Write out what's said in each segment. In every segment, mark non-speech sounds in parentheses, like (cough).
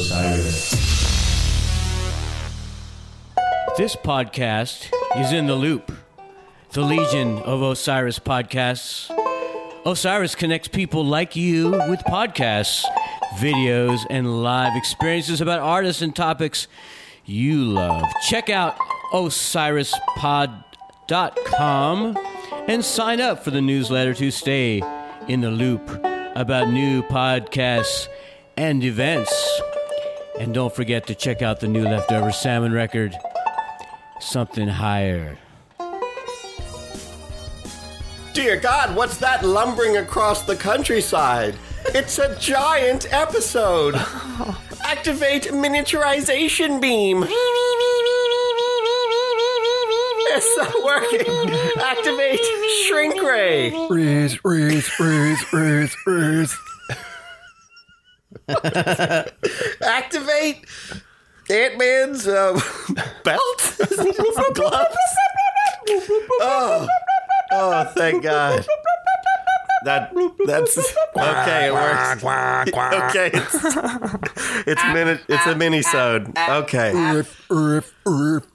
Osiris. This podcast is in the loop. The Legion of Osiris podcasts. Osiris connects people like you with podcasts, videos, and live experiences about artists and topics you love. Check out osirispod.com and sign up for the newsletter to stay in the loop about new podcasts and events. And don't forget to check out the new leftover salmon record, Something Higher. Dear God, what's that lumbering across the countryside? It's a giant episode. Activate miniaturization beam. It's not working. Activate shrink ray. Raise, raise, raise, raise, raise. Activate Ant Man's uh, (laughs) belt? Gloves? Oh, oh, thank God. That that's okay. It works. Okay, it's it's mini it's a mini sode. Okay, Riff, riff, riff.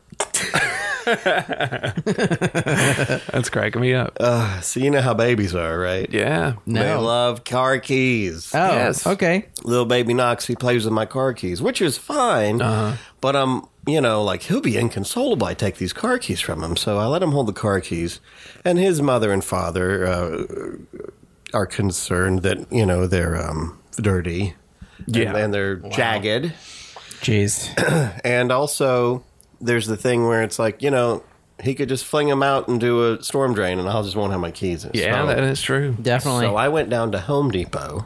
That's cracking me up. Uh, so you know how babies are, right? yeah. They No. love car keys. Oh, Yes. okay. Little baby Knox, he plays with my car keys, which is fine. Uh-huh. But um, you know, like he'll be inconsolable. I take these car keys from him, so I let him hold the car keys, and his mother and father uh, are concerned that you know they're um dirty, Yeah. and, and they're jagged, Jeez. and also there's the thing where it's like you know. He could just fling them out and do a storm drain, and I'll just won't have my keys. yeah, so, that is true. Definitely. so I went down to Home Depot.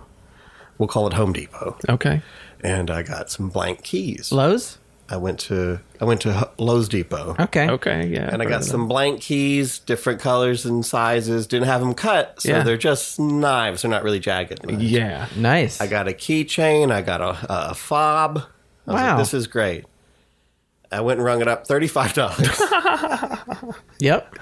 We'll call it Home Depot. Okay. and I got some blank keys. Lowe's? I went to I went to H- Lowe's Depot Okay. Okay. Yeah. and I got some blank keys, different colors and sizes. Didn't have them cut, so Yeah. they're just knives. They're not really jagged. Knives. Yeah. Nice. I got a keychain. I got a, a fob. I was like, Wow. this is great. I went and rung it up thirty five dollars. (laughs) Yep.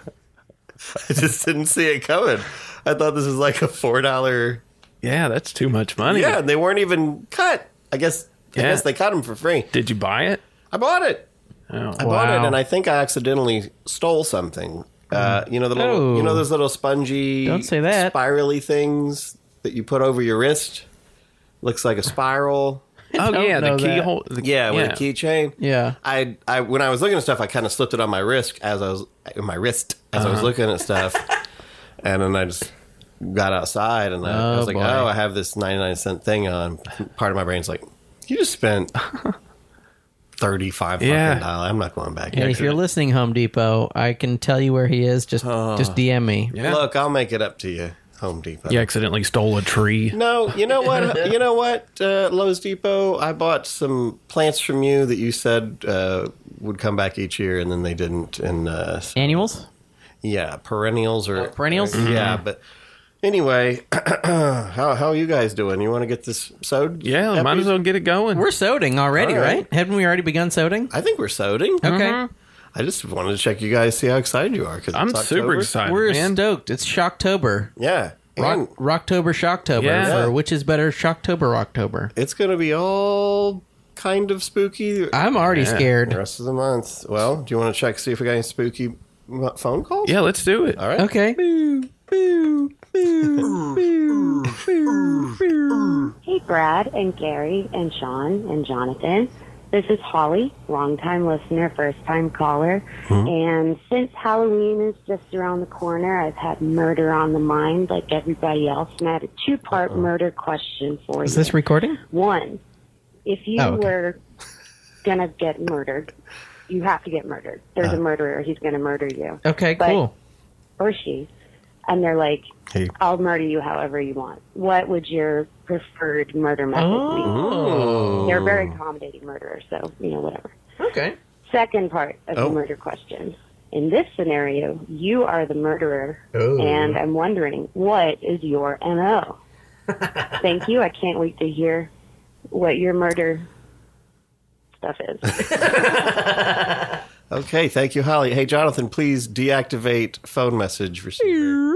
(laughs) I just didn't see it coming. I thought this was like a four dollar. Yeah, that's too much money. Yeah, and they weren't even cut. I guess I Yeah. guess they cut them for free. Did you buy it? I bought it. Oh. I bought Wow. it, and I think I accidentally stole something. Uh, you know the little, Oh. you know those little spongy, Don't say that. spirally things that you put over your wrist. Looks like a spiral. Oh don't yeah, the know that. keyhole. The, Yeah, with a keychain. Yeah. I, I when I was looking at stuff, I kind of slipped it on my wrist as I was in my wrist as I was looking at stuff, and then I just got outside and I, I Oh, was like, boy. oh, I have this ninety nine cent thing on. Part of my brain's like, you just spent thirty five Yeah. fucking dollars. I'm not going back. And if you're listening, Home Depot, I can tell you where he is. Just just DM me. Yeah. Look, I'll make it up to you, Home Depot. You accidentally stole a tree. No, you know (laughs) what? you know what? Uh, Lowe's Depot. I bought some plants from you that you said uh, would come back each year, and then they didn't. And uh, so- Annuals? yeah, perennials or Oh, perennials? Mm-hmm. Yeah, but anyway, (clears throat) how how are you guys doing? You want to get this sewed? Yeah, might as well get it going. We're soding already, All right. right. Haven't we already begun soding? I think we're sewing. Okay. I just wanted to check you guys, see how excited you are. Cause Mm-hmm. I'm it's super October. excited, We're man. stoked. It's Shocktober. Yeah, and Rock, Rocktober, Shocktober. Yeah. For which is better, Shocktober, Rocktober? it's gonna be all kind of spooky. I'm already The scared. rest of the month. Well, do you want to check see if we got any spooky m- phone calls? yeah, let's do it. All right. Okay. Hey, Brad and Gary and Sean and Jonathan. This is Holly, longtime listener, first time caller. Hmm? And since Halloween is just around the corner, I've had murder on the mind like everybody else. And I have a two part murder question for Is you. this recording? One, if you Oh, okay. were going to get murdered, you have to get murdered. There's Uh-huh. a murderer, he's going to murder you Okay, But- cool. or she, and they're like, Hey. I'll murder you however you want. What would your preferred murder method be? They're very accommodating murderers, so, you know, whatever. Okay. Second part of Oh. the murder question. In this scenario, you are the murderer, and I'm wondering, what is your MO? Thank you. I can't wait to hear what your murder stuff is. Okay. Thank you, Holly. Hey, Jonathan, please deactivate phone message receiver.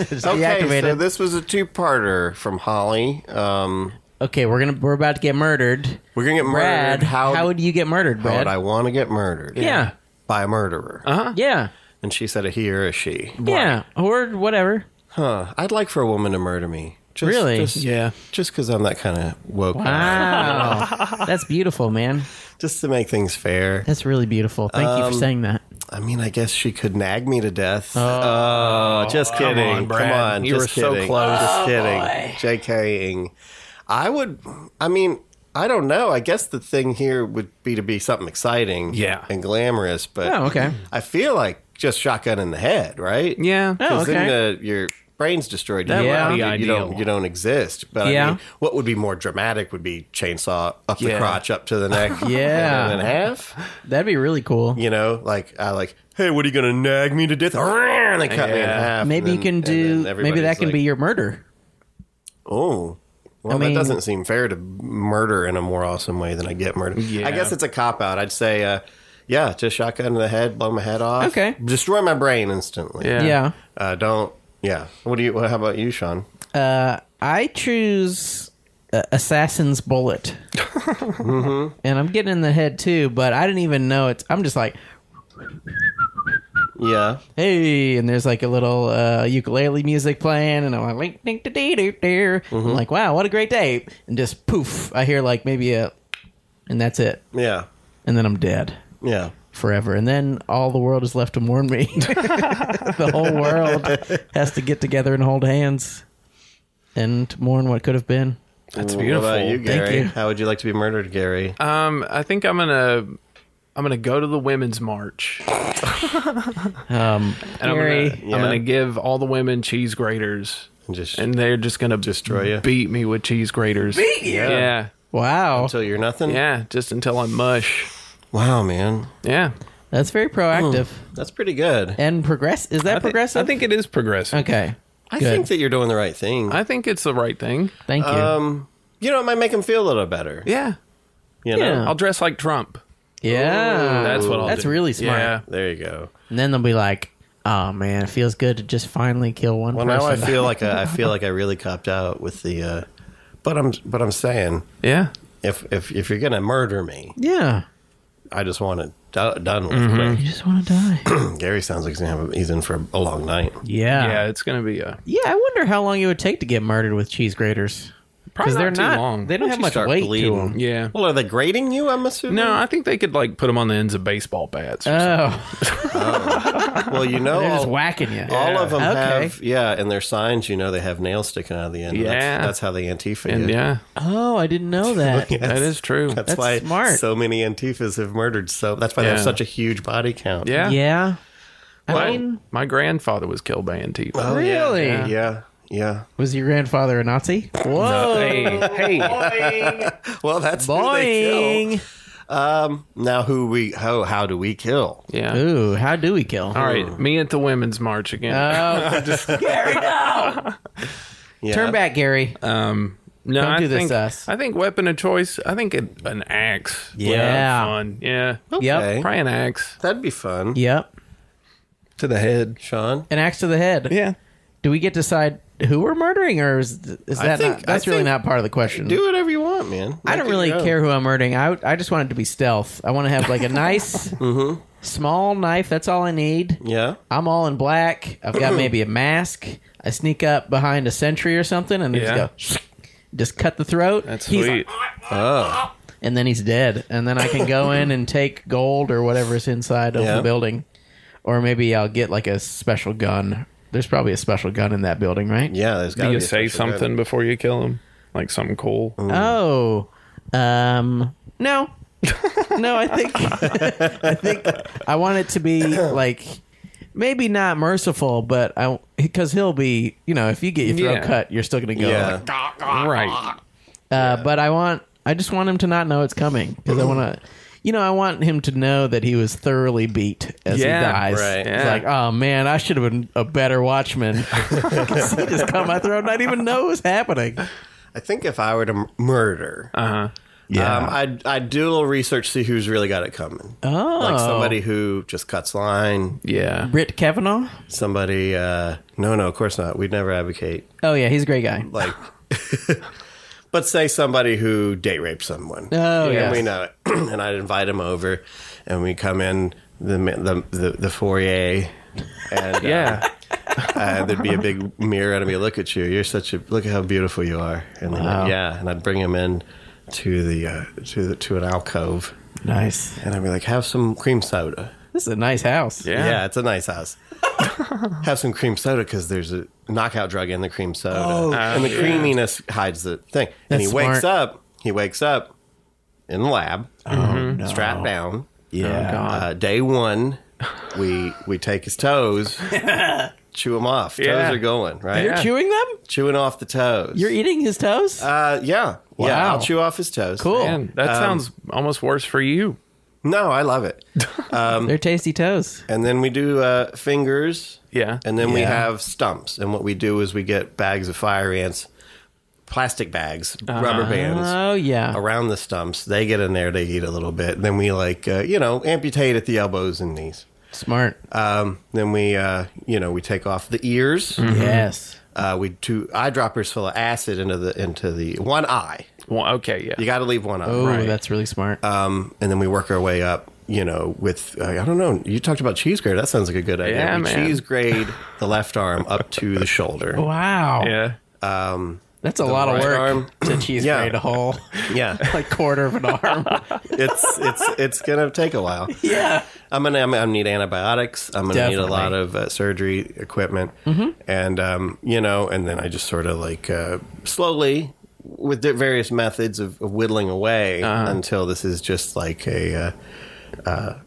It's Okay, so deactivated. this was a two-parter from Holly. Um, okay, we're gonna we're about to get murdered. we're gonna get Brad, murdered. how, would you get murdered, how Brad? would I want to get murdered? yeah, by a murderer. yeah, And she said a he or a she. yeah, or whatever. Huh. I'd like for a woman to murder me. Just, Really? Just, Yeah. Just because I'm that kind of woke. Wow, Ah. that's beautiful, man. Just to make things fair. That's really beautiful. Thank Um, you for saying that. I mean, I guess she could nag me to death. Oh, just come kidding. on, Brad. Come on, You just were so kidding. close. Just kidding. JKing. I would. I mean, I don't know. I guess the thing here would be to be something exciting, Yeah. and glamorous. But Oh, okay. I feel like just shotgun in the head, right? Yeah. Oh, 'Cause then okay. the- your brain's destroyed. That you, would don't- be you, you ideal. don't you don't exist. But Yeah. I mean, what would be more dramatic would be chainsaw up the Yeah. crotch, up to the (laughs) neck, Yeah. and in half That'd be really cool. you know, like I like, hey, what are you gonna nag me to death? (laughs) And they cut me in Yeah. half. and Maybe you then- can and then do. Maybe that everybody's can like, be your murder. Oh, well, mean- that doesn't seem fair to murder in a more awesome way than I get murdered. I guess it's a cop out. I'd say, uh, yeah, just shotgun to the head, blow my head off, Okay. destroy my brain instantly. Yeah. Yeah. uh, don't. Yeah. What do you? What, how about you, Sean? I choose uh, Assassin's Bullet. (laughs) Mm-hmm. And I'm getting in the head too, but I didn't even know it's. I'm just like, Yeah. hey, and there's like a little uh, ukulele music playing, and I'm like, ding, ding, ding, ding, ding. I'm like, wow, what a great day. And just poof, I hear like maybe a, and that's it. Yeah. And then I'm dead Yeah. forever. And then all the world is left to mourn me. (laughs) the whole world has to get together and hold hands and mourn what could have been. That's What beautiful. about you, Gary? you. How would you like to be murdered, Gary? Um, I think I'm gonna I'm gonna go to the women's march. Um, Gary. And I'm, gonna, Yeah. I'm gonna give all the women cheese graters, just and they're just gonna Destroy you? beat me with cheese graters. Beat you? Yeah, Wow. until you're nothing. yeah, just until I'm mush. Wow, man, Yeah, That's very proactive. that's pretty good. And progress is that progressive? I think it is progressive. Okay. I Good. think that you're doing the right thing. I think it's the right thing. Thank you. Um, you know, it might make him feel a little better. Yeah, You know? Yeah. I'll dress like Trump. yeah. That's what I'll That's do. really smart. Yeah. There you go. And then they'll be like, "Oh man, it feels good to just finally kill one Well, now I person." feel like (laughs) I, I feel like I really copped out with the. Uh, but I'm but I'm saying Yeah. if if if you're gonna murder me, yeah. I just want it do- done with. You just want to die. quick. (clears throat) Gary sounds like he's, gonna have a, he's in for a long night. yeah. Yeah, yeah. it's gonna be uh, a I wonder how long it would take to get murdered with cheese graters. probably they're too long. They don't Once have you much start weight to bleeding. them. yeah. Well, are they grading you? I'm assuming. No, I think they could like put them on the ends of baseball bats. or something. Oh, Well, you know, (laughs) they're just all, whacking you. Oh. all of them Okay. have yeah, and their signs. You know, they have nails sticking out of the end. and Yeah. that's, that's how they antifa. and you. yeah, Oh, I didn't (laughs) know that. that (laughs) is true. That's, That's why smart. so many Antifas have murdered so. That's why they have Yeah. such a huge body count. yeah. yeah. I My, mean, my grandfather was killed by Antifa. really? Oh, Yeah. Yeah. Was your grandfather a Nazi? Whoa. hey, Well, that's who they kill. Um, Boing. Now, who we how how do we kill? yeah. Ooh, how do we kill? All right, me at the women's march again. (laughs) Oh, Gary, no! Yeah. Turn back, Gary. Um, no, don't I do this think, to us. I think weapon of choice. I think it, an axe. would have Yeah. Oh. fun. Yeah, Okay. Yep. probably an axe That'd be fun. Yep. to the head. Sean. An axe to the head. Yeah, Do we get to decide who we're murdering, or is, th- is I that think- not, I that's really think- not part of the question? Do whatever you want, man. I Make don't it really your own. care who I'm murdering. I I just want it to be stealth. I want to have like (laughs) a nice, small knife. That's all I need. Yeah. I'm all in black. (clears throat) I've got maybe a mask. I sneak up behind a sentry or something, and Yeah. just go. Just cut the throat. that's He's- sweet. Oh. and then he's dead. And then I can go (laughs) in and take gold or whatever's inside of Yeah. the building, or maybe I'll get like a special gun. There's probably a special gun in that building, right? Yeah. There's got Do to you be say a special something before you kill him? Like something cool? Oh, um, no, no. I think (laughs) I think I want it to be like maybe not merciful, but I because he'll be you know if you get your throat Yeah. cut, you're still gonna go. Yeah. like, Right. uh, But I want I just want him to not know it's coming because I want to. You know, I want him to know that he was thoroughly beat as Yeah, he dies. right. It's Yeah. like, oh man, I should have been a better watchman. (laughs) 'Cause he just cut my throat, not even know it was happening. I think if I were to m- murder, Uh huh. Yeah. Um, I I do a little research, see who's really got it coming. Oh. like somebody who just cuts line. Yeah. Britt Kavanaugh. Somebody. Uh, no, no, of course not. We'd never advocate Oh yeah, he's a great guy. like. but say somebody who date raped someone. Oh Yeah. yeah, and we know it. (clears throat) and I'd invite him over, and we come in the the the, the foyer, and Yeah. uh, uh, there'd be a big mirror, and I'd be look at you. You're such a look at how beautiful you are, and then, yeah, and I'd bring him in to the uh, to the, to an alcove, nice. and I'd be like, have some cream soda. This is a nice house. Yeah. Yeah, it's a nice (laughs) house. have some cream soda because there's a knockout drug in the cream soda, Oh, and the creaminess hides the thing. and That's he wakes smart. up. He wakes up in the lab, Oh, um, strapped down. Oh, God. Uh, day one, we we take his (laughs) toes, chew them off. Toes Yeah. e- are going right. You're chewing them? Chewing off the toes. You're eating his toes? uh, yeah, yeah. Wow. I'll chew off his toes. Um, cool. Um, Man, that sounds almost worse for you. No, I love it. They're tasty toes. And then we do uh, fingers. Yeah. And then we Yeah. have stumps. And what we do is we get bags of fire ants, plastic bags, rubber bands Oh yeah. around the stumps. They get in there, they eat a little bit. Then we, like, uh, you know, amputate at the elbows and knees. Smart. Um, then we, uh, you know, we take off the ears. Mm-hmm. yes. Uh, we do eyedroppers full of acid into the into the one eye. Well, okay, yeah. You got to leave one eye. Oh, that's really smart. Um, and then we work our way up, you know, with, uh, I don't know, you talked about cheese grade. That sounds like a good idea. Yeah, we man. cheese grade the left arm up to the (laughs) shoulder. Oh. wow. yeah. That's a lot of right work arm. to cheese Yeah. grade a whole (laughs) Yeah. like quarter of an (laughs) arm. It's, it's, it's going to take a while. (laughs) yeah. I'm going to, I'm going to need antibiotics. I'm going to need a Definitely. Mm-hmm. lot of uh, surgery equipment. And, um, you know, and then I just sort of like, uh, slowly with di- various methods of, of whittling away Uh-huh. until this is just like a, uh, uh,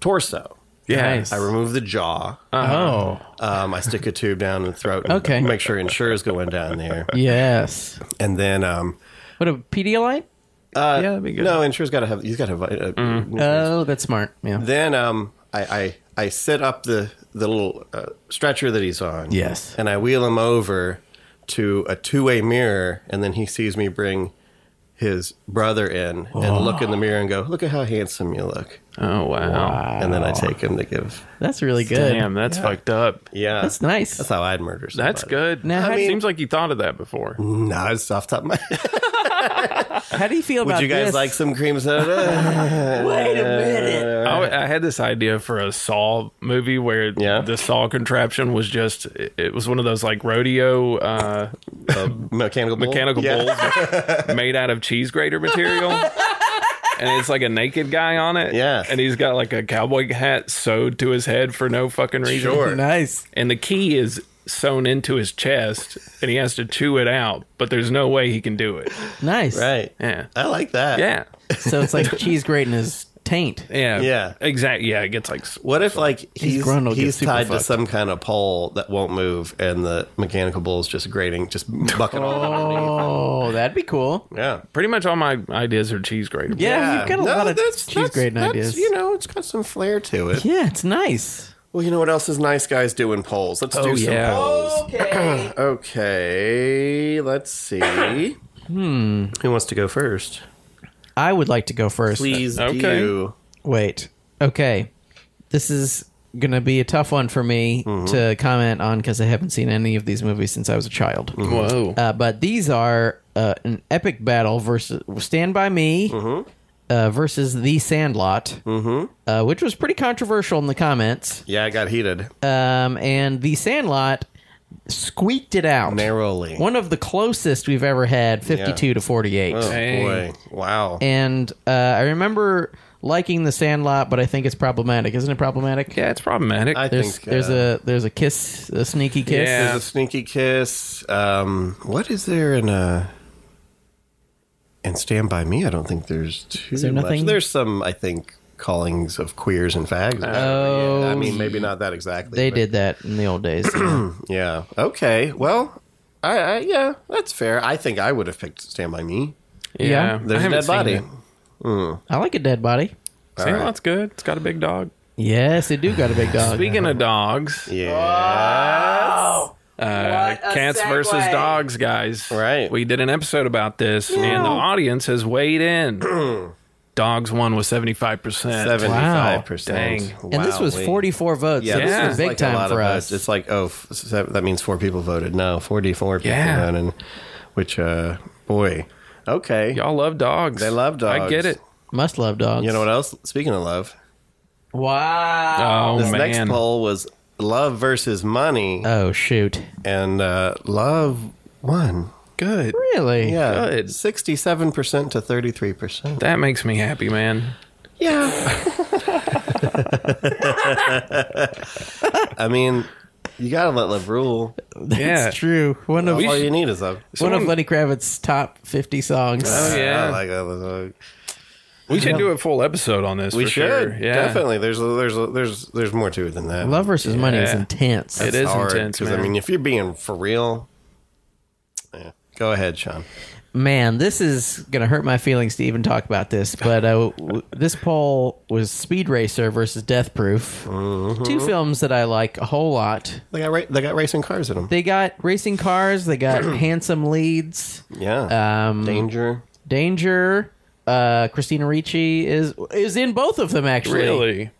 torso. Yeah. Nice. I remove the jaw. oh. Um, I stick a tube down the throat. And Okay. Make sure insurer's going down there, Yes. and then um, What a Pedialyte? yeah, that'd be good. Uh, no, insurer's got to have. He's got to have. Uh, Oh, that's smart. Yeah. Then um, I, I I sit up the the little uh, stretcher that he's on. Yes. And I wheel him over to a two way mirror, and then he sees me bring his brother in and look in Oh. the mirror and go, "Look at how handsome you look." Oh, wow. And then I Oh. take him to give. That's really good. Damn, that's fucked up. Yeah. That's nice. That's how I'd murder. Somebody. That's good. Now, how do you- seems like you thought of that before. No, it's off the top of my (laughs) head. How do you feel about Would you guys this? like some cream (laughs) soda? Wait a minute. I, I had this idea for a Saw movie where Yeah. the Saw contraption was just it, it was one of those like rodeo uh, Uh, Um, mechanical bull? mechanical Yeah. bulls made out of cheese (laughs) grater material. And it's like a naked guy on it. Yes. And he's got like a cowboy hat sewed to his head for no fucking reason. Sure. (laughs) Nice. And the key is sewn into his chest and he has to chew it out, but there's no way he can do it. (laughs) Nice. Right. Yeah. I like that. Yeah. So it's (laughs) like cheese grating his taint. Yeah. Yeah. Exactly. Yeah. It gets like s- What if like he's grown, he'll he's, get super tied to fucked. some kind of pole that won't move, and the mechanical bull's just grating, just bucking all underneath? Oh, that'd be cool. Yeah. pretty much all my ideas are cheese grater. Yeah, you've got a No, lot of that's- cheese that's- grating that's, ideas. You know, it's got some flair to it. yeah, it's nice. Well, you know what else is nice guys doing polls? Let's Oh, do some yeah. polls. Okay. (clears throat) okay. Let's see. hmm. Who wants to go first? I would like to go first. Please Okay. do. Wait. Okay. This is going to be a tough one for me Mm-hmm. to comment on because I haven't seen any of these movies since I was a child. Mm-hmm. Whoa. Uh, but these are uh, an epic battle versus Stand By Me Mm-hmm. uh, versus The Sandlot, uh, which was pretty controversial in the comments. Yeah, I got heated Um, and The Sandlot squeaked it out. narrowly. One of the closest we've ever had, 52 to 48. Oh, boy. Dang. Wow. And uh, I remember liking The Sandlot, but I think it's problematic. Isn't it problematic? Yeah, it's problematic. I There's think there's uh, a there's a kiss, a sneaky kiss. Yeah. There's a sneaky kiss. Um, what is there in a? And Stand by Me. I don't think there's too there much. nothing? There's some. I think callings of queers and fags. Oh. I mean, maybe not that exactly. They but- did that in the (clears throat) old days. Yeah. Okay. Well, I, I yeah, that's fair. I think I would have picked Stand by Me. yeah. I There's a haven't dead seen body. it. I like a dead body. Sandlot's good. It's got a big dog. Yes, they do got a big dog. Speaking of dogs, Yeah. uh, What a cats versus segue. dogs, guys. Right. We did an episode about this, and the audience has weighed in. (clears throat) dogs won with seventy five percent. Seventy-five percent. Dang. And this was 44 votes. Yeah, so this Yeah. was is big like a time lot of for votes. us. It's like oh, f- se- that means four people voted. No, forty-four people Yeah. voted. Which, uh, boy, okay. Y'all love dogs. They love I dogs. get it. Must love dogs. You know what else? Speaking of love, Wow. Oh this man. next poll was love versus money, Oh, shoot. and uh, love won. Good. Really? Yeah, Good. sixty-seven percent to thirty-three percent. That makes me happy, man. Yeah. (laughs) I mean, you gotta let love rule. (laughs) That's Yeah. true. One of We All sh- you need is love. one of Someone- Lenny Kravitz's top 50 songs. Oh, yeah. I like that love. We should do a full episode on this. We for should sure. Yeah. definitely. There's there's there's there's more to it than that. Love versus money is Yeah. intense. It is intense, because I man. mean, if you're being for real, yeah. Go ahead, Sean. Man, this is going to hurt my feelings to even talk about this, but uh, w- this poll was Speed Racer versus Death Proof. Two films that I like a whole lot. They got ra- they got racing cars in them. They got racing cars, they got handsome leads. yeah. Um, Danger. Danger. Uh, Christina Ricci is is in both of them actually. Really.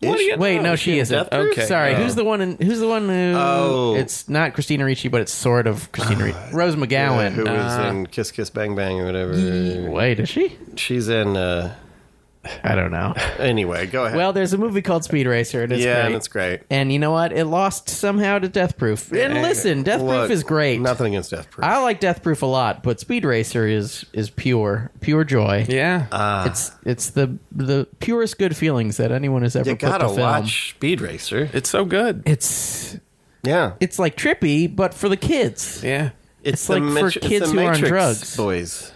What do you Wait, know? no, she Death isn't. Proof? Okay. Sorry, Oh. who's the one? In, who's the one who? Oh. it's not Christina Ricci, but it's sort of Christina Ricci. Rose Uh, McGowan. Um, who was in Kiss Kiss Bang Bang or whatever? Wait, is she? She's in. uh I don't know. Anyway, go ahead. (laughs) well, there's a movie called Speed Racer, and it's yeah, great. and it's great. And you know what? It lost somehow to Death Proof. And listen, Death Proof Look, is great. Nothing against Death Proof. I like Death Proof a lot, but Speed Racer is is pure pure joy. Yeah. Uh, It's it's the the purest good feelings that anyone has ever you put to gotta film. watch Speed Racer. it's so good. It's Yeah, it's like trippy, but for the kids, Yeah. it's like for Matri- kids the who are on Matrix drugs. Boys, right?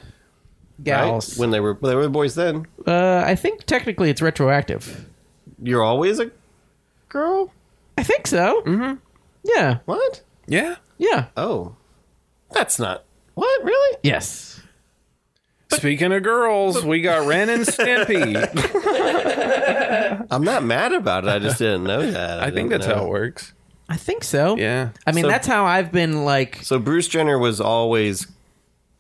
gals. When they were when they were boys, then uh, I think technically it's retroactive. you're always a girl. I think so. Mm-hmm. Yeah. What? Yeah. Yeah. Oh, that's not what really. Yes. Speaking of girls, we got Ren and Stimpy. I'm not mad about it. I just didn't know that. (laughs) I didn't think that's know. how it works. I think so. Yeah. I mean, So- that's how I've been like. So Bruce Jenner was always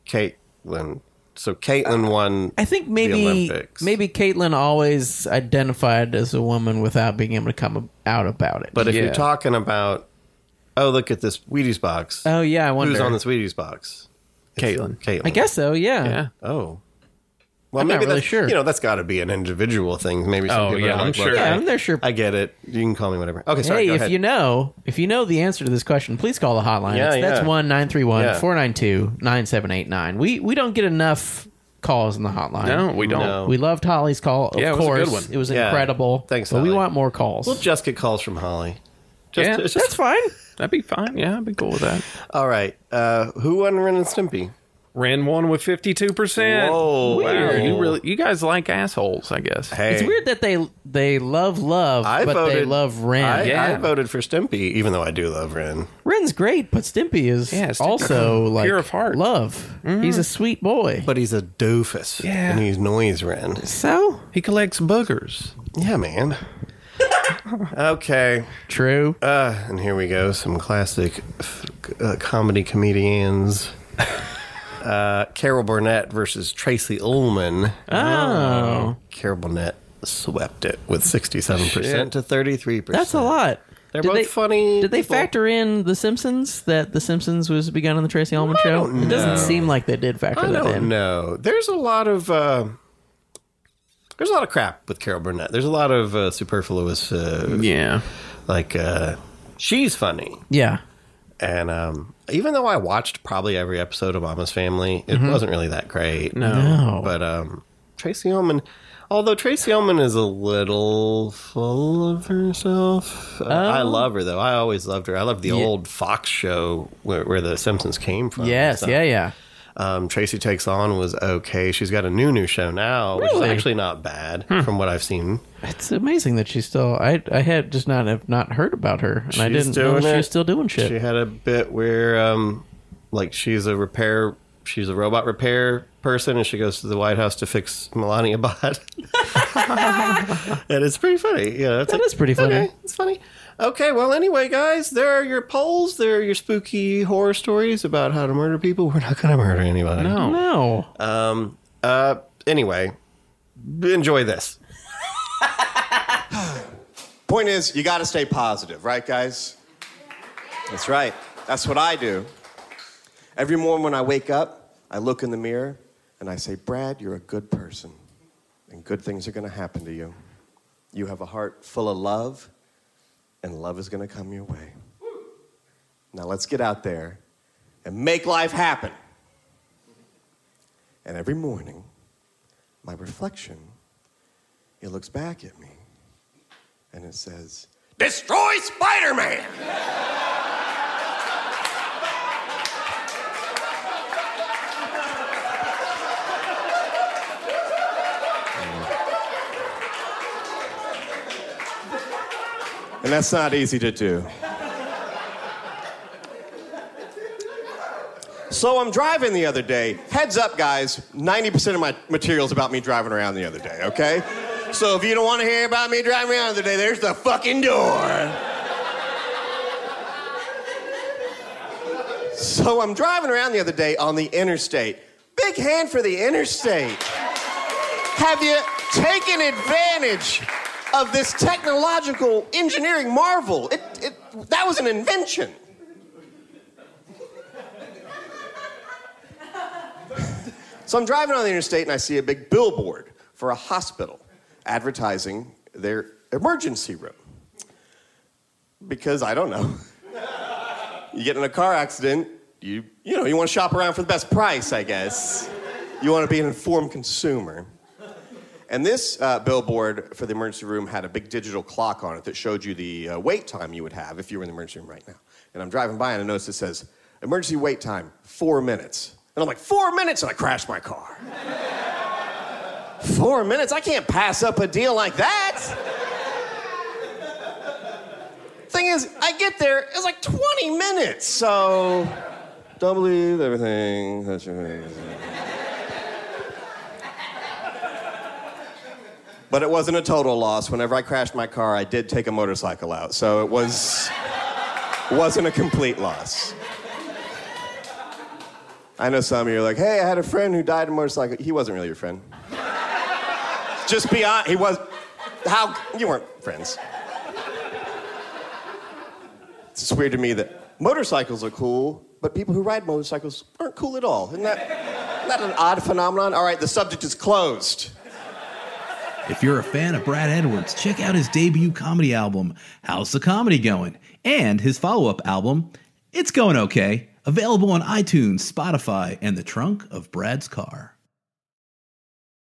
Caitlyn. So Caitlyn won. I think maybe Olympics. maybe Caitlyn always identified as a woman without being able to come out about it. but if yeah. you're talking about, oh look at this Wheaties box. oh yeah, I wonder. Who's on the Wheaties box? Caitlyn. Caitlyn. I guess so. Yeah. Yeah. Oh. Well, I'm not really that's- sure. You know, that's got to be an individual thing. Maybe. Some Oh, people yeah, are I'm like, sure. "Look, Yeah, I- I'm there sure. I get it. You can call me whatever. Okay, sorry. hey, go if ahead. you know if you know the answer to this question, please call the hotline. Yeah, It's- That's yeah. one nine three one Yeah. four nine two nine seven eight nine. We we don't get enough calls on the hotline. No, we don't. No. We loved Holly's call. Of Yeah, it was a course, good one. It was Yeah. incredible. Thanks, but we Holly. want more calls. we'll just get calls from Holly. Just, Yeah. it's That's just fine. That'd be fine. Yeah, I'd be cool with that. all right. Uh, who won Ren and Stimpy? Ren won with fifty two percent. Whoa. Wow, Weird. you really you guys like assholes, I guess. Hey, It's weird that they they love love, I but voted. they love Ren. I, I Yeah. voted for Stimpy, even though I do love Ren. Ren's great, but Stimpy is Yeah, Stimpy's also like of heart. love. He's a sweet boy. But he's a doofus. Yeah. And he's noise Ren. so He collects boogers. Yeah, man. okay. true. Uh, and here we go. Some classic f- uh, comedy (laughs) comedians. uh, Carol Burnett versus Tracy Ullman. oh, Carol Burnett swept it with 67% to 33%. that's a lot. They're Did both they- funny. Did they people. factor in The Simpsons that The Simpsons was begun on the Tracy Ullman show? It doesn't seem like they did factor I that don't in. know. There's a lot of. Uh, there's a lot of crap with Carol Burnett. There's a lot of uh, superfluous, uh, Yeah. like uh, she's funny, Yeah. and um, even though I watched probably every episode of Mama's Family, Mm-hmm. it wasn't really that great. No. Oh. But um, Tracy Ullman, although Tracy Ullman is a little full of herself, uh, I Oh. love her though. I always loved her. I loved the old Fox show where, where the Simpsons came from. and yes. stuff. Yeah. Yeah. Um, Tracy Takes On was okay. She's got a new new show now, which Really? Hmm. is actually not bad from what I've seen. It's amazing that she's still. I I had just not have not heard about her, and I She's didn't know doing she it. was still doing shit. She had a bit where, um, like, she's a repair, she's a robot repair person, and she goes to the White House to fix Melania (laughs) bot. and it's pretty funny. Yeah, it's That like, is pretty funny. okay, it's funny. Okay, well, anyway, guys, there are your polls. There are your spooky horror stories about how to murder people. We're not going to murder anybody. No. No. Uh, anyway, enjoy this. Point is, you got to stay positive, right, guys? That's right. That's what I do. Every morning when I wake up, I look in the mirror and I say, Brad, you're a good person, and good things are going to happen to you. You have a heart full of love, and love is going to come your way. Now let's get out there and make life happen. And every morning, my reflection, it looks back at me and it says, Destroy Spider Man! And that's not easy to do. So I'm driving the other day. Heads up, guys, 90% of my material's about me driving around the other day, okay? So if you don't want to hear about me driving around the other day, there's the fucking door. so I'm driving around the other day on the interstate. Big hand for the interstate. Have you taken advantage of this technological engineering marvel? It, it, that was an invention. So I'm driving on the interstate and I see a big billboard for a hospital advertising their emergency room. Because I don't know. (laughs) you get in a car accident, you you know, you want to shop around for the best price, I guess. You want to be an informed consumer. And this uh, billboard for the emergency room had a big digital clock on it that showed you the uh, wait time you would have if you were in the emergency room right now. And I'm driving by and I notice it says, emergency wait time, four minutes. And I'm like, four minutes? And I crash my car. (laughs) four minutes? I can't pass up a deal like that. Thing is, I get there, it was like 20 minutes, so don't believe everything that you But it wasn't a total loss. Whenever I crashed my car, I did take a motorcycle out. So it was wasn't a complete loss. I know some of you are like, hey, I had a friend who died in a motorcycle. He wasn't really your friend. Just be honest. He was. How you weren't friends. It's just weird to me that motorcycles are cool, but people who ride motorcycles aren't cool at all. Isn't that, isn't that an odd phenomenon? All right, the subject is closed. If you're a fan of Brad Edwards, check out his debut comedy album, How's the Comedy Going? and his follow up album, It's Going Okay, available on iTunes, Spotify, and the trunk of Brad's car.